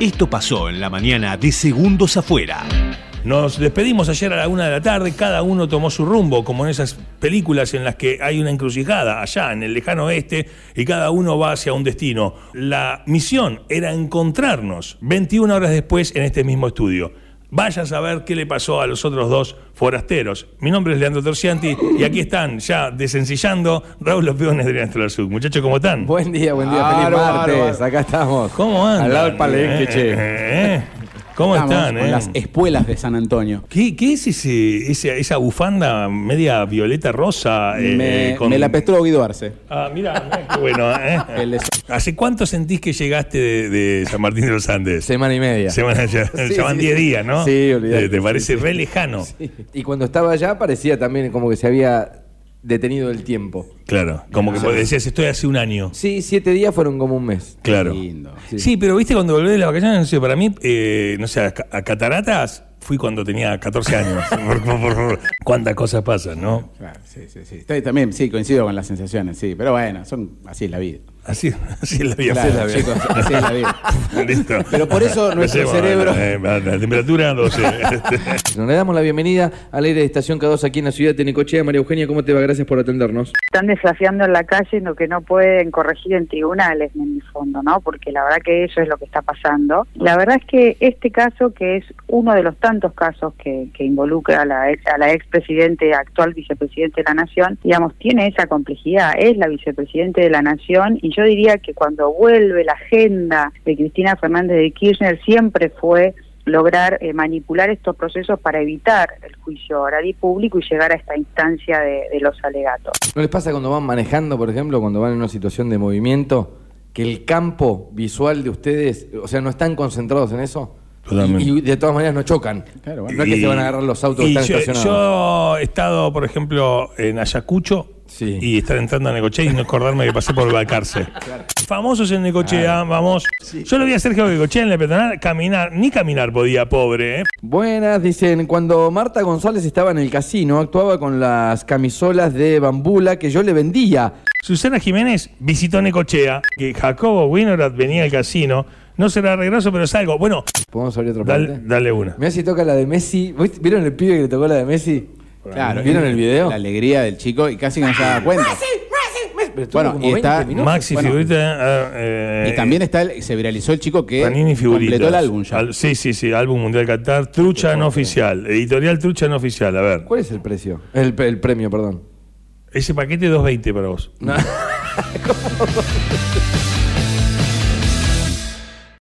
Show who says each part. Speaker 1: Esto pasó en la mañana de Segundos Afuera.
Speaker 2: Nos despedimos ayer a la una de la tarde, cada uno tomó su rumbo, como en esas películas en las que hay una encrucijada allá en el lejano oeste y cada uno va hacia un destino. La misión era encontrarnos 21 horas después en este mismo estudio. Vaya a saber qué le pasó a los otros dos forasteros. Mi nombre es Leandro Torcianti y aquí están ya desencillando Raúl Los Peones de Leandro Sud. Muchachos, ¿cómo están?
Speaker 3: Buen día, buen día, feliz
Speaker 4: Bárbaro,
Speaker 3: martes.
Speaker 4: bárbaro.
Speaker 3: Acá estamos.
Speaker 2: ¿Cómo andan?
Speaker 4: Al lado del palenque,
Speaker 2: Eh,
Speaker 4: che.
Speaker 2: eh, ¿Cómo
Speaker 3: Estamos
Speaker 2: están?
Speaker 3: con
Speaker 2: eh?
Speaker 3: las espuelas de San Antonio.
Speaker 2: ¿Qué, qué es ese, ese- esa bufanda media violeta rosa? eh,
Speaker 3: me,
Speaker 2: eh, con-
Speaker 3: me la prestó Guido Arce.
Speaker 2: Ah, mira, qué bueno. ¿eh?
Speaker 3: El de-
Speaker 2: ¿Hace cuánto sentís que llegaste de, de San Martín de los Andes?
Speaker 4: Semana y media.
Speaker 2: Semana, ya,
Speaker 4: Sí,
Speaker 2: ya van
Speaker 4: sí.
Speaker 2: 10 días, ¿no? Eh,
Speaker 4: Sí, olvidate.
Speaker 2: Te, te parece re lejano.
Speaker 4: Y cuando estaba allá parecía también como que se había detenido el tiempo.
Speaker 2: Claro, como que vos decías, estoy hace un año.
Speaker 4: Sí, siete días fueron como un mes.
Speaker 2: Claro.
Speaker 3: Lindo.
Speaker 2: Sí. pero viste, cuando volví de las vacaciones, no sé, para mí, eh, no sé, a, ca- a cataratas fui cuando tenía 14 años. Por- por- por- Cuántas cosas pasan, ¿no?
Speaker 3: Claro, Ah, sí, sí, sí. Estoy también, sí, coincido con las sensaciones, sí. Pero bueno, son así es la vida.
Speaker 2: Así, así es la vida.
Speaker 3: Claro, chicos, así es la vida.
Speaker 2: Listo.
Speaker 3: Pero por eso nuestro
Speaker 2: Empecemos,
Speaker 3: cerebro-
Speaker 2: eh, a la temperatura 12.
Speaker 4: Nos le damos la bienvenida al aire de Estación K2 aquí en la ciudad de Tenecochea. María Eugenia, ¿cómo te va? Gracias por atendernos.
Speaker 5: están desafiando en la calle lo que no pueden corregir en tribunales en el fondo, ¿no? Porque la verdad que eso es lo que está pasando. La verdad es que este caso, que es uno de los tantos casos que, que involucra a la, ex, a la expresidente, actual vicepresidente de la Nación, digamos, tiene esa complejidad. Es la vicepresidente de la Nación y yo diría que cuando vuelve la agenda de Cristina Fernández de Kirchner siempre fue lograr eh, manipular estos procesos para evitar el juicio oral y público y llegar a esta instancia de- de los alegatos.
Speaker 4: ¿No les pasa cuando van manejando, por ejemplo, cuando van en una situación de movimiento, que el campo visual de ustedes, o sea, no están concentrados en eso?
Speaker 2: Totalmente.
Speaker 4: Y, y de todas maneras no chocan.
Speaker 3: Claro, bueno.
Speaker 4: No es que se van a agarrar los autos que
Speaker 2: Y
Speaker 4: están
Speaker 2: yo,
Speaker 4: estacionados.
Speaker 2: yo he estado, por ejemplo, en Ayacucho
Speaker 4: Sí.
Speaker 2: y estar entrando a Necochea y no acordarme que pasé por Balcarce. Famosos en Necochea, vamos. Yo lo vi a Sergio Necochea en la peatonal caminar, ni caminar podía, pobre. ¿eh?
Speaker 4: Buenas, dicen, cuando Marta González estaba en el casino, actuaba con las camisolas de bambula que yo le vendía.
Speaker 2: Susana Jiménez visitó Necochea, que Jacobo Winorad venía al casino. No será regreso, pero salgo. Bueno,
Speaker 4: ¿Podemos abrir otra
Speaker 2: dale,
Speaker 4: parte?
Speaker 2: dale una.
Speaker 4: Mirá si toca la de Messi. ¿Viste- ¿Vieron el pibe que le tocó la de Messi?
Speaker 3: Claro.
Speaker 4: ¿Vieron el video? ¡Ah!
Speaker 3: La alegría del chico y casi que no se da cuenta.
Speaker 4: Pero estuvo
Speaker 3: Bueno,
Speaker 4: como
Speaker 3: y
Speaker 4: 20
Speaker 3: está.
Speaker 4: minutos.
Speaker 2: Maxi
Speaker 3: bueno,
Speaker 2: Figurita. eh, eh,
Speaker 3: Y también está el, se viralizó el chico que
Speaker 2: Panini Figuritas.
Speaker 3: completó el álbum ya.
Speaker 2: Al- sí, sí, sí, álbum mundial Qatar. Trucha no oficial. Editorial Trucha no oficial. A ver.
Speaker 4: ¿Cuál es el precio? El, el premio, perdón.
Speaker 2: Ese paquete 220 para vos.